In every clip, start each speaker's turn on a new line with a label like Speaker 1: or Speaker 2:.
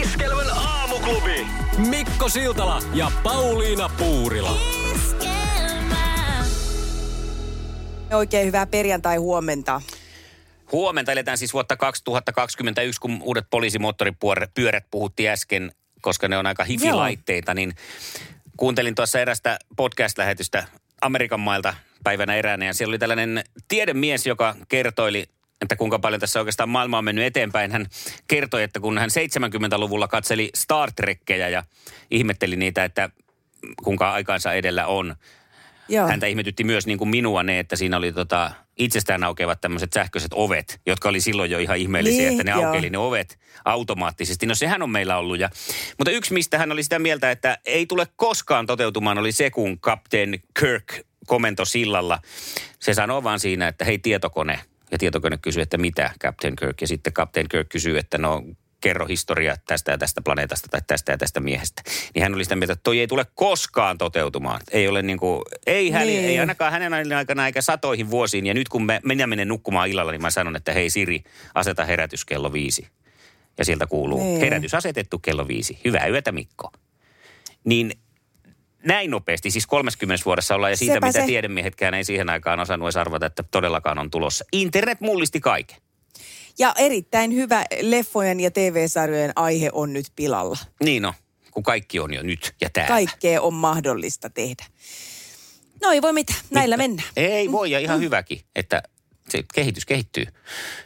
Speaker 1: Iskelmän aamuklubi. Mikko Siltala ja Pauliina Puurila.
Speaker 2: Oikein hyvää perjantai-huomenta.
Speaker 3: Huomenta eletään siis vuotta 2021, kun uudet poliisimoottoripyörät puhuttiin äsken, koska ne on aika hifilaitteita, niin kuuntelin tuossa erästä podcast-lähetystä Amerikan mailta päivänä eräänä, ja siellä oli tällainen tiedemies, joka kertoili että kuinka paljon tässä oikeastaan maailma on mennyt eteenpäin. Hän kertoi, että kun hän 70-luvulla katseli Star Trekkejä ja ihmetteli niitä, että kuinka aikaansa edellä on.
Speaker 2: Joo.
Speaker 3: Häntä ihmetytti myös niin kuin minua ne, että siinä oli tota, itsestään aukeavat tämmöiset sähköiset ovet, jotka oli silloin jo ihan ihmeellisiä,
Speaker 2: Niin,
Speaker 3: että ne
Speaker 2: joo.
Speaker 3: aukeili ne ovet automaattisesti. No sehän on meillä ollut. Ja, mutta yksi, mistä hän oli sitä mieltä, että ei tule koskaan toteutumaan, oli se, kun kapteen Kirk komento sillalla. Se sanoo vaan siinä, että hei tietokone. Ja tietokone kysyy, että mitä Captain Kirk. Ja sitten Captain Kirk kysyy, että no kerro historia tästä ja tästä planeetasta tai tästä ja tästä miehestä. Niin hän oli sitä mieltä, että toi ei tule koskaan toteutumaan. Ei ole niin kuin, ei, hän,
Speaker 2: Niin.
Speaker 3: niin. ei ainakaan hänen aikana eikä satoihin vuosiin. Ja nyt kun mä, minä menen nukkumaan illalla, niin mä sanon, että hei Siri, aseta herätys kello viisi. Ja sieltä kuuluu,
Speaker 2: Niin.
Speaker 3: herätys asetettu kello viisi. Hyvää yötä Mikko. Niin näin nopeasti, siis 30 vuodessa ollaan ja siitä,
Speaker 2: Sepä
Speaker 3: mitä
Speaker 2: se.
Speaker 3: tiedemiehetkään ei siihen aikaan osannut edes arvata, että todellakaan on tulossa. Internet mullisti kaiken.
Speaker 2: Ja erittäin hyvä leffojen ja TV-sarjojen aihe on nyt pilalla.
Speaker 3: Niin on, kun kaikki on jo nyt ja täällä.
Speaker 2: Kaikkea on mahdollista tehdä. No ei voi mitään, näillä mennään.
Speaker 3: Ei voi ja
Speaker 2: Mm.
Speaker 3: ihan hyväkin, että se kehitys kehittyy.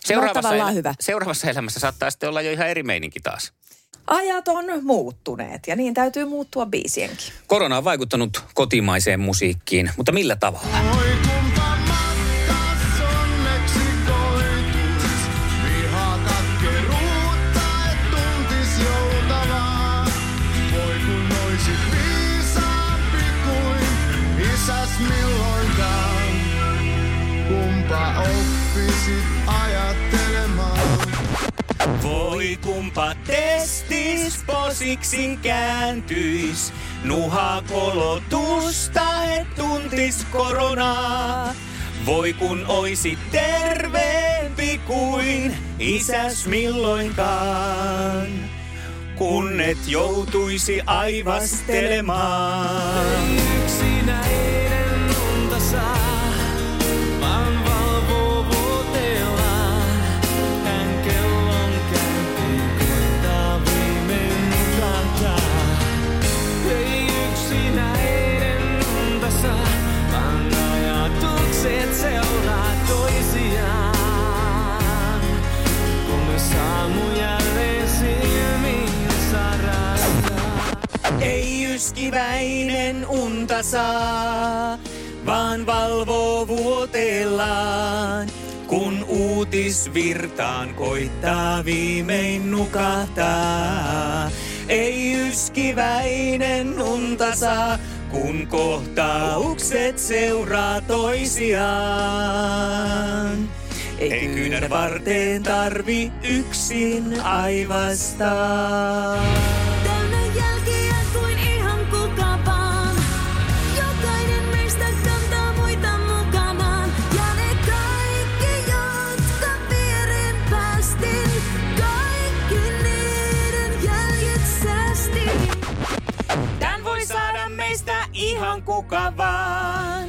Speaker 3: Seuraavassa,
Speaker 2: tavallaan hyvä.
Speaker 3: seuraavassa elämässä saattaa sitten olla jo ihan eri meininki taas.
Speaker 4: Ajat on muuttuneet ja niin täytyy muuttua biisienkin.
Speaker 3: Korona on vaikuttanut kotimaiseen musiikkiin, mutta millä tavalla?
Speaker 5: milloinkaan, kumpa oppisit ajattelemaan.
Speaker 3: Voi kumpa testis posiksi kääntyis, nuha kolotusta et tuntis koronaa. Voi kun oisit terveempi kuin isäs milloinkaan, kun et joutuisi aivastelemaan. Ei yskiväinen unta saa, vaan valvoo vuoteellaan. Kun uutisvirtaan koittaa viimein nukahtaa. Ei yskiväinen unta saa, kun kohtaukset seuraa toisiaan. Ei kyynär varteen tarvi yksin aivastaa.
Speaker 6: Täynnä jälkiä kuin ihan kuka vaan. Jokainen meistä kantaa muita mukanaan. Ja ne kaikki, jotka piirin päästin, kaikki niiden jäljet säästin.
Speaker 3: Tän voi saada meistä ihan kuka vaan.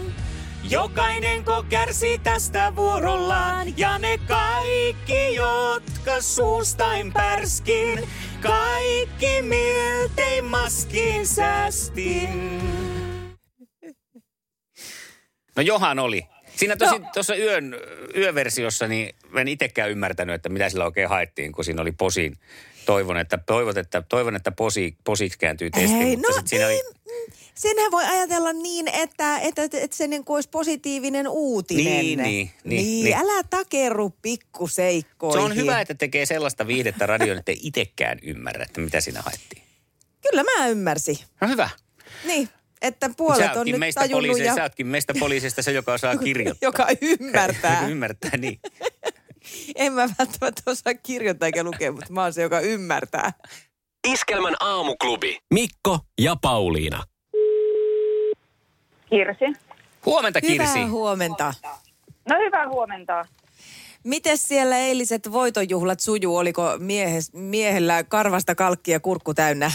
Speaker 3: Jokainen ko kärsii tästä vuorollaan. Ja ne kaikki, jotka suustain pärskin. Kaikki miltei maskiin säästin. No johan oli. Siinä tosi, tuossa yön, yöversiossa, niin en itsekään ymmärtänyt, että mitä sillä oikein haettiin, kun siinä oli posiin. Toivon, että, toivot, että, toivon, että posi, posiksi kääntyy testi.
Speaker 2: Ei,
Speaker 3: mutta
Speaker 2: no
Speaker 3: sit siinä
Speaker 2: ei,
Speaker 3: oli,
Speaker 2: mm, senhän voi ajatella niin, että, että, että, että se niin kuin olisi positiivinen uutinen.
Speaker 3: Niin, niin, niin, niin.
Speaker 2: Älä takerru pikkuseikkoihin.
Speaker 3: Se on hyvä, että tekee sellaista viihdettä radioon, että ei itsekään ymmärrä, että mitä siinä haettiin.
Speaker 2: Kyllä mä ymmärsin.
Speaker 3: No hyvä.
Speaker 2: Niin, että puolet
Speaker 3: sä
Speaker 2: on
Speaker 3: ootkin
Speaker 2: nyt
Speaker 3: meistä
Speaker 2: tajunnut
Speaker 3: poliiseista,
Speaker 2: ja
Speaker 3: sä ootkin meistä poliisista se, joka osaa kirjoittaa.
Speaker 2: joka ymmärtää.
Speaker 3: ymmärtää, niin.
Speaker 2: en mä välttämättä osaa kirjoittaa eikä lukea, mutta mä oon se, joka ymmärtää.
Speaker 1: Iskelmän aamuklubi. Mikko ja Pauliina.
Speaker 7: Kirsi.
Speaker 3: Huomenta Kirsi.
Speaker 2: Hyvää huomenta.
Speaker 7: No hyvää huomenta.
Speaker 2: Miten siellä eiliset voitonjuhlat sujuu? Oliko miehes, miehellä karvasta kalkkia kurkku täynnä?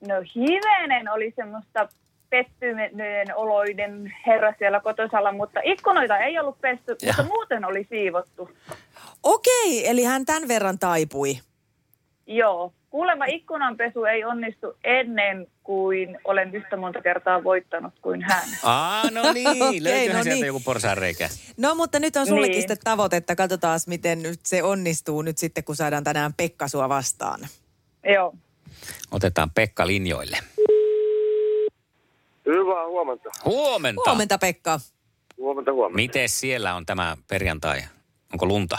Speaker 7: No hivenen oli semmoista pettyminen oloiden herra siellä kotosalla, mutta ikkunoita ei ollut pesty,
Speaker 3: Jaha.
Speaker 7: mutta muuten oli siivottu.
Speaker 2: Okei, eli hän tämän verran taipui.
Speaker 7: Joo. Kuulemma ikkunanpesu ei onnistu ennen kuin olen yhtä monta kertaa voittanut kuin hän.
Speaker 3: Aa, no niin,
Speaker 2: Okei,
Speaker 3: löytyyhän
Speaker 2: no
Speaker 3: sieltä
Speaker 2: niin.
Speaker 3: joku porsaanreikä.
Speaker 2: No mutta nyt on sullekin
Speaker 7: Niin.
Speaker 2: niin. sitten tavoitetta. Katsotaan, miten nyt se onnistuu nyt sitten, kun saadaan tänään Pekka sua vastaan.
Speaker 7: Joo.
Speaker 3: Otetaan Pekka linjoille.
Speaker 8: Hyvää huomenta.
Speaker 3: Huomenta.
Speaker 2: Huomenta Pekka.
Speaker 8: Huomenta, huomenta.
Speaker 3: Miten siellä on tämä perjantai? Onko lunta?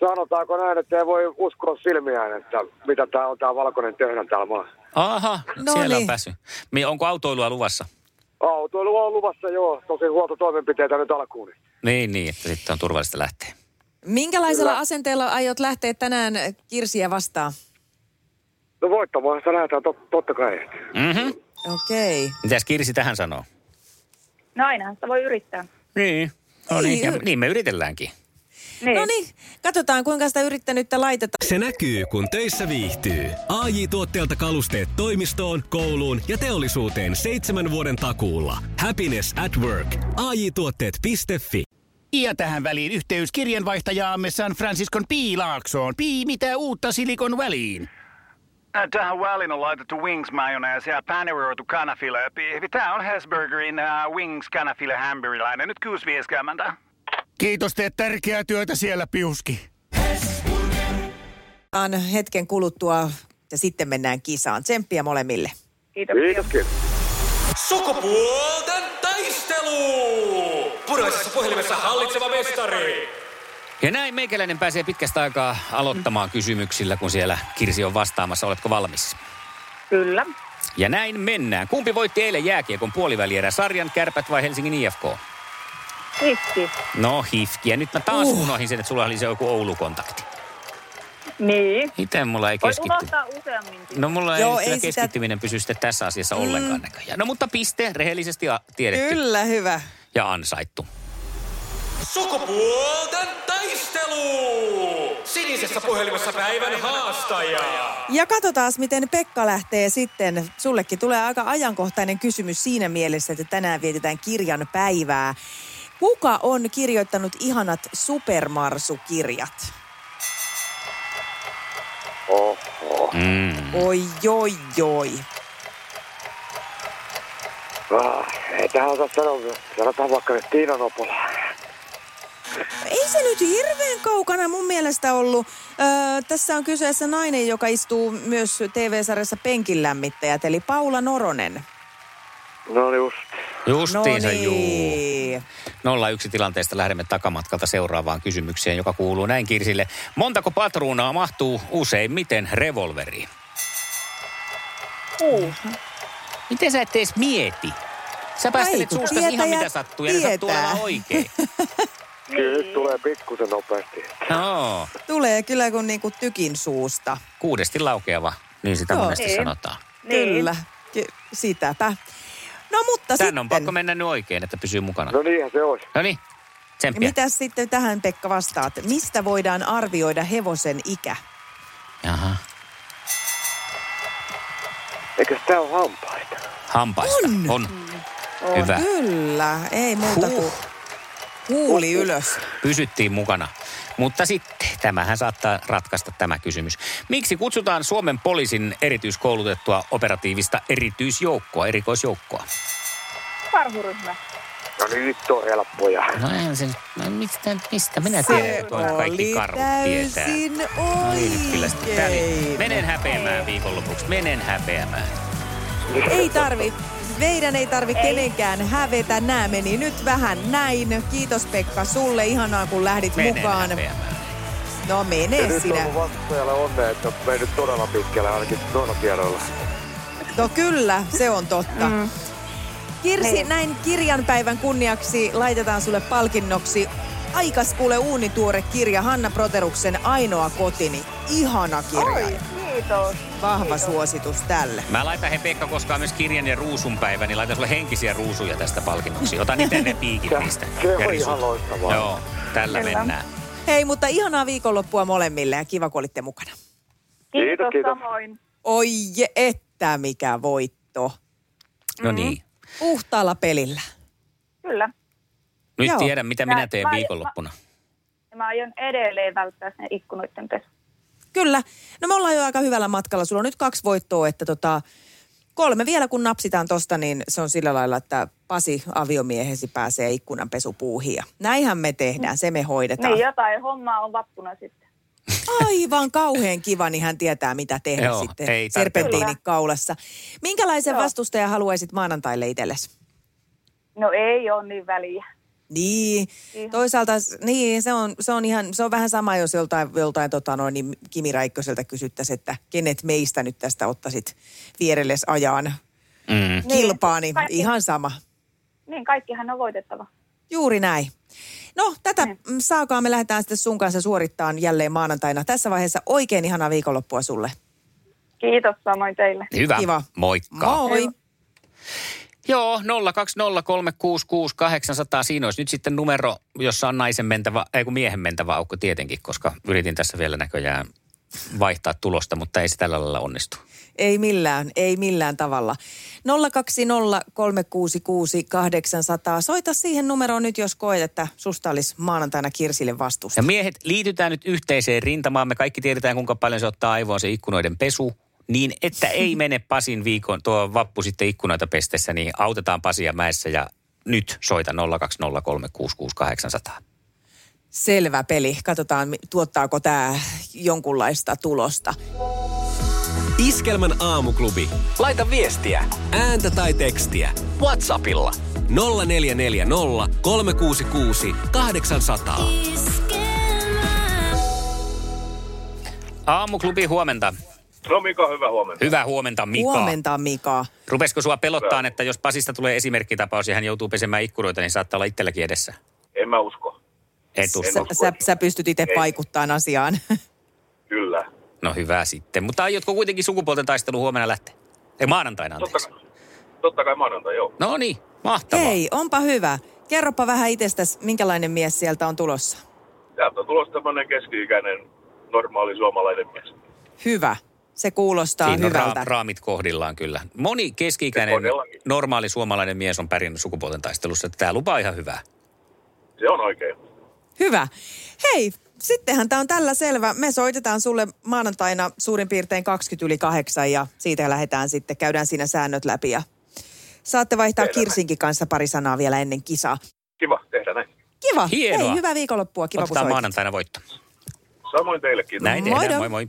Speaker 8: Sanotaanko näin, että ei voi uskoa silmiään, että mitä tämä on tämä valkoinen tehdään täällä maassa.
Speaker 3: Aha,
Speaker 2: No
Speaker 3: siellä on
Speaker 2: niin.
Speaker 3: päässyt. Mi- Onko autoilua luvassa?
Speaker 8: Autoilu on luvassa, joo. Tosi huoltotoimenpiteitä nyt alkuun. niin
Speaker 3: Niin, niin, että sitten on turvallista lähteä.
Speaker 2: Minkälaisella
Speaker 8: Kyllä.
Speaker 2: asenteella aiot lähteä tänään Kirsiä vastaan?
Speaker 8: No voittamaan sitä lähdetään tot, totta kai.
Speaker 3: Mm-hmm.
Speaker 2: Okei.
Speaker 3: Mitäs Kirsi tähän sanoo?
Speaker 7: No ainahan sitä voi yrittää.
Speaker 3: Niin. No niin,
Speaker 2: Ei,
Speaker 3: ja,
Speaker 2: y-
Speaker 3: niin me yritelläänkin.
Speaker 7: Niin.
Speaker 2: No niin, katsotaan kuinka sitä yrittänyttä laitetaan.
Speaker 1: Se näkyy, kun töissä viihtyy. ai tuotteelta kalusteet toimistoon, kouluun ja teollisuuteen seitsemän vuoden takuulla. Happiness at work. ai tuotteetfi
Speaker 9: Ja tähän väliin yhteys kirjanvaihtajaamme San Franciscon Piilaaksoon. Pii, mitä uutta Silikon väliin?
Speaker 10: Äh, Tähän väliin on laitettu wings mayonnaise ja paneroitu kanafila. Tämä on Hesburgerin uh, wings kanafila hamburilainen. Nyt 6.50.
Speaker 9: Kiitos, teet tärkeää työtä siellä, Piuski.
Speaker 2: Otetaan hetken kuluttua ja sitten mennään kisaan. Tsemppiä molemmille.
Speaker 7: Kiitoksia.
Speaker 8: Kiitos, kiitos.
Speaker 11: Sukupuolten taistelu! Puraisessa puhelimessa hallitseva mestari.
Speaker 3: Ja näin meikäläinen pääsee pitkästä aikaa aloittamaan kysymyksillä, kun siellä Kirsi on vastaamassa. Oletko valmis?
Speaker 7: Kyllä.
Speaker 3: Ja näin mennään. Kumpi voitti eilen jääkiekon puolivälierä? Sarjan, kärpät vai Helsingin IFK?
Speaker 7: Kiitti.
Speaker 3: No hifki. Ja nyt mä taas uh. unohdin sen, että sulla oli se joku Oulu-kontakti.
Speaker 7: Niin.
Speaker 3: Itse mulla ei
Speaker 7: Voi
Speaker 3: keskitty.
Speaker 7: unohtaa useamminkin.
Speaker 3: No mulla
Speaker 2: Joo,
Speaker 3: ei, ei
Speaker 2: ei sitä-
Speaker 3: keskittyminen pysy sitten tässä asiassa mm. ollenkaan näköjään. No mutta piste, rehellisesti a- tiedetty
Speaker 2: Kyllä, hyvä.
Speaker 3: ja ansaittu.
Speaker 11: Sukupuolten taistelu! Sinisessä puhelimessa päivän haastaja.
Speaker 2: Ja katsotaan, miten Pekka lähtee sitten. Sullekin tulee aika ajankohtainen kysymys siinä mielessä, että tänään vietetään kirjan päivää. Kuka on kirjoittanut ihanat supermarsukirjat?
Speaker 8: Oh.
Speaker 3: Mm.
Speaker 2: Oi, joi, joi.
Speaker 8: Ah, ei tähän osaa sanoa. Sanotaan vaikka nyt Tiina Nopola.
Speaker 2: Ei se nyt hirveän kaukana mun mielestä ollut. Öö, tässä on kyseessä nainen, joka istuu myös TV-sarjassa Penkinlämmittäjät, eli Paula Noronen.
Speaker 8: No just.
Speaker 3: Justiinsa no niin. juu.
Speaker 2: niin.
Speaker 3: 01 tilanteesta lähdemme takamatkalta seuraavaan kysymykseen, joka kuuluu näin Kirsille. Montako patruunaa mahtuu useimmiten revolveriin?
Speaker 7: Kuusi.
Speaker 3: Miten sä et edes mieti? Sä päästelet
Speaker 2: kun
Speaker 3: suusta ihan
Speaker 2: tietäjä
Speaker 3: mitä sattuu ja ne sattuu
Speaker 2: tietää.
Speaker 3: olemaan oikein.
Speaker 8: Kyllä nyt tulee pikkusen nopeasti.
Speaker 3: No,
Speaker 2: Tulee kyllä kuin niinku tykin suusta.
Speaker 3: kuudesti laukeava, niin sitä
Speaker 2: Joo. No
Speaker 3: monesti
Speaker 7: Niin.
Speaker 3: sanotaan.
Speaker 7: Niin.
Speaker 2: Kyllä, Ky- sitäpä. No mutta
Speaker 3: Tän
Speaker 2: sitten.
Speaker 3: on pakko mennä nyt oikein, että pysyy mukana.
Speaker 8: No niinhän se olisi.
Speaker 3: No niin,
Speaker 2: Ja
Speaker 3: tsemppiä.
Speaker 2: mitä sitten tähän Pekka vastaat? Mistä voidaan arvioida hevosen ikä?
Speaker 3: Jaha.
Speaker 8: Eikös tää ole hampaita?
Speaker 3: Hampaista. On. on. Hyvä.
Speaker 2: Kyllä, ei muuta
Speaker 3: Huh.
Speaker 2: kuin huuli ylös.
Speaker 3: Pysyttiin mukana. Mutta sitten, tämähän saattaa ratkaista tämä kysymys. Miksi kutsutaan Suomen poliisin erityiskoulutettua operatiivista erityisjoukkoa, erikoisjoukkoa?
Speaker 7: Parhuryhmä.
Speaker 8: No nyt on helppoja.
Speaker 3: No eihän se, no mistä, mistä minä tiedän, että tuon kaikki
Speaker 2: Oli
Speaker 3: karhut tietää.
Speaker 2: täysin
Speaker 3: No niin, nyt kyllä sitten kävi.
Speaker 2: oikein.
Speaker 3: Menen häpeämään viikonlopuksi, menen häpeämään.
Speaker 2: Ei tarvi. Meidän ei tarvi kenenkään hävetä. Nää meni nyt vähän näin. Kiitos Pekka sulle. Ihanaa kun lähdit
Speaker 3: Menen
Speaker 2: mukaan.
Speaker 3: häpeämään.
Speaker 2: No
Speaker 8: ja
Speaker 2: mene
Speaker 8: nyt on
Speaker 2: sinä.
Speaker 8: ollut vastustajalle onnea, että on mennyt todella pitkälle ainakin noilla tiedoilla.
Speaker 2: No kyllä, se on totta. Mm. Kirsi, niin. näin kirjanpäivän kunniaksi laitetaan sulle palkinnoksi Aikas kuule uunituore kirja Hanna Proteruksen Ainoa kotini. Ihana kirja.
Speaker 4: Oi, kiitos.
Speaker 2: Vahva suositus tälle.
Speaker 3: Mä laitan he Pekka koskaan myös kirjan ja ruusun päivä, niin laitan sulle henkisiä ruusuja tästä palkinnoksi. Ota niitä ne piikit niistä.
Speaker 8: Se
Speaker 3: ja
Speaker 8: on
Speaker 3: risut.
Speaker 8: ihan loistavaa.
Speaker 3: Joo, tällä
Speaker 2: Kyllä.
Speaker 3: mennään. No
Speaker 2: Hei, mutta ihanaa viikonloppua molemmille ja kiva, kun olitte mukana.
Speaker 8: Kiitos, kiitos.
Speaker 7: samoin.
Speaker 2: Oi je, että mikä voitto.
Speaker 3: No niin.
Speaker 2: Uhtaalla pelillä.
Speaker 7: Kyllä.
Speaker 3: Nyt
Speaker 2: Joo.
Speaker 3: tiedän, mitä minä teen
Speaker 7: Mä- mä-
Speaker 3: viikonloppuna.
Speaker 7: Ja Mä aion edelleen välttää sen ikkunoiden pesun.
Speaker 2: Kyllä. No me ollaan jo aika hyvällä matkalla. Sulla on nyt kaksi voittoa, että tota, kolme vielä kun napsitaan tosta, niin se on sillä lailla, että Pasi aviomiehesi pääsee ikkunanpesupuuhin. Ja näinhän me tehdään, se me hoidetaan.
Speaker 7: Niin, jotain hommaa on vappuna sitten.
Speaker 2: Aivan kauhean kiva, niin hän tietää mitä tehdä
Speaker 3: Joo,
Speaker 2: sitten
Speaker 3: ei tarvitse.
Speaker 2: serpentiini kaulassa. Minkälaisen
Speaker 7: Joo.
Speaker 2: vastustajan haluaisit maanantaille itsellesi?
Speaker 7: No ei ole niin väliä.
Speaker 2: Niin,
Speaker 7: Ihan.
Speaker 2: toisaalta s- niin, se, on, se, on ihan, se on vähän sama, jos joltain, joltain tota, noin, niin Kimi Räikköseltä kysyttäisiin, että kenet meistä nyt tästä ottaisit vierelles ajaan
Speaker 3: Mm.
Speaker 2: kilpaa, niin
Speaker 7: Kaikki.
Speaker 2: ihan sama.
Speaker 7: Niin, kaikkihan on voitettava.
Speaker 2: Juuri näin. No, tätä
Speaker 7: Niin.
Speaker 2: mm. saakaa me lähdetään sitten sun kanssa suorittaan jälleen maanantaina. Tässä vaiheessa oikein ihanaa viikonloppua sulle.
Speaker 7: Kiitos samoin teille.
Speaker 3: Hyvä.
Speaker 2: Kiva.
Speaker 3: Moikka.
Speaker 2: Moi!
Speaker 3: Joo, 020366800. Siinä olisi nyt sitten numero, jossa on naisen mentävä, ei kun miehen mentävä aukko tietenkin, koska yritin tässä vielä näköjään vaihtaa tulosta, mutta ei se tällä lailla onnistu.
Speaker 2: Ei millään, ei millään tavalla. 020366800. Soita siihen numeroon nyt, jos koet, että susta olisi maanantaina Kirsille vastusta.
Speaker 3: Ja miehet, liitytään nyt yhteiseen rintamaan. Me kaikki tiedetään, kuinka paljon se ottaa aivoa se ikkunoiden pesu. Niin, että ei mene Pasin viikon, tuo vappu sitten ikkunoita pestessä, niin autetaan Pasia mäessä ja nyt soita 020366800.
Speaker 2: Selvä peli. Katsotaan, mi- tuottaako tämä jonkunlaista tulosta.
Speaker 1: Iskelmän aamuklubi. Laita viestiä, ääntä tai tekstiä. Whatsappilla. 0440 366 800.
Speaker 3: Aamuklubi, huomenta.
Speaker 12: No Mika, hyvä huomenta.
Speaker 3: Hyvää huomenta, Mika.
Speaker 2: Huomenta, Mika.
Speaker 3: Rupesko sua pelottaa, että jos Pasista tulee esimerkkitapaus ja hän joutuu pesemään ikkunoita, niin saattaa olla itselläkin edessä?
Speaker 12: En mä usko.
Speaker 3: Et
Speaker 2: Sä,
Speaker 3: usko.
Speaker 2: sä, sä pystyt itse vaikuttamaan asiaan.
Speaker 12: Kyllä.
Speaker 3: No hyvä sitten. Mutta aiotko kuitenkin sukupuolten taistelu huomenna lähteä? Ei maanantaina, anteeksi.
Speaker 12: Totta kai maanantai, joo.
Speaker 3: No niin, mahtavaa.
Speaker 2: Hei, onpa hyvä. Kerropa vähän itsestäsi, minkälainen mies sieltä on tulossa.
Speaker 12: Täältä on tulossa tämmöinen keski-ikäinen, normaali suomalainen mies.
Speaker 2: Hyvä. Se kuulostaa
Speaker 3: Siinä on
Speaker 2: hyvältä.
Speaker 3: raam- raamit kohdillaan kyllä. Moni keski-ikäinen,
Speaker 12: Kohdillaankin.
Speaker 3: normaali suomalainen mies on pärjännyt sukupuolten taistelussa. että Tämä lupaa ihan hyvää.
Speaker 12: Se on oikein.
Speaker 2: Hyvä. Hei, sittenhän tämä on tällä selvä. Me soitetaan sulle maanantaina suurin piirtein 20 yli 8 ja siitä lähdetään sitten, käydään siinä säännöt läpi ja saatte vaihtaa
Speaker 12: Tehdään
Speaker 2: Kirsinkin kanssa pari sanaa vielä ennen kisaa.
Speaker 12: Kiva tehdä näin.
Speaker 2: Kiva.
Speaker 3: Hienoa.
Speaker 2: Hei, hyvää viikonloppua. Kiva,
Speaker 3: Otetaan
Speaker 2: kun soitit.
Speaker 3: maanantaina voitto.
Speaker 12: Samoin teille, kiitos.
Speaker 3: Näin
Speaker 2: Moido.
Speaker 3: tehdään, moi moi.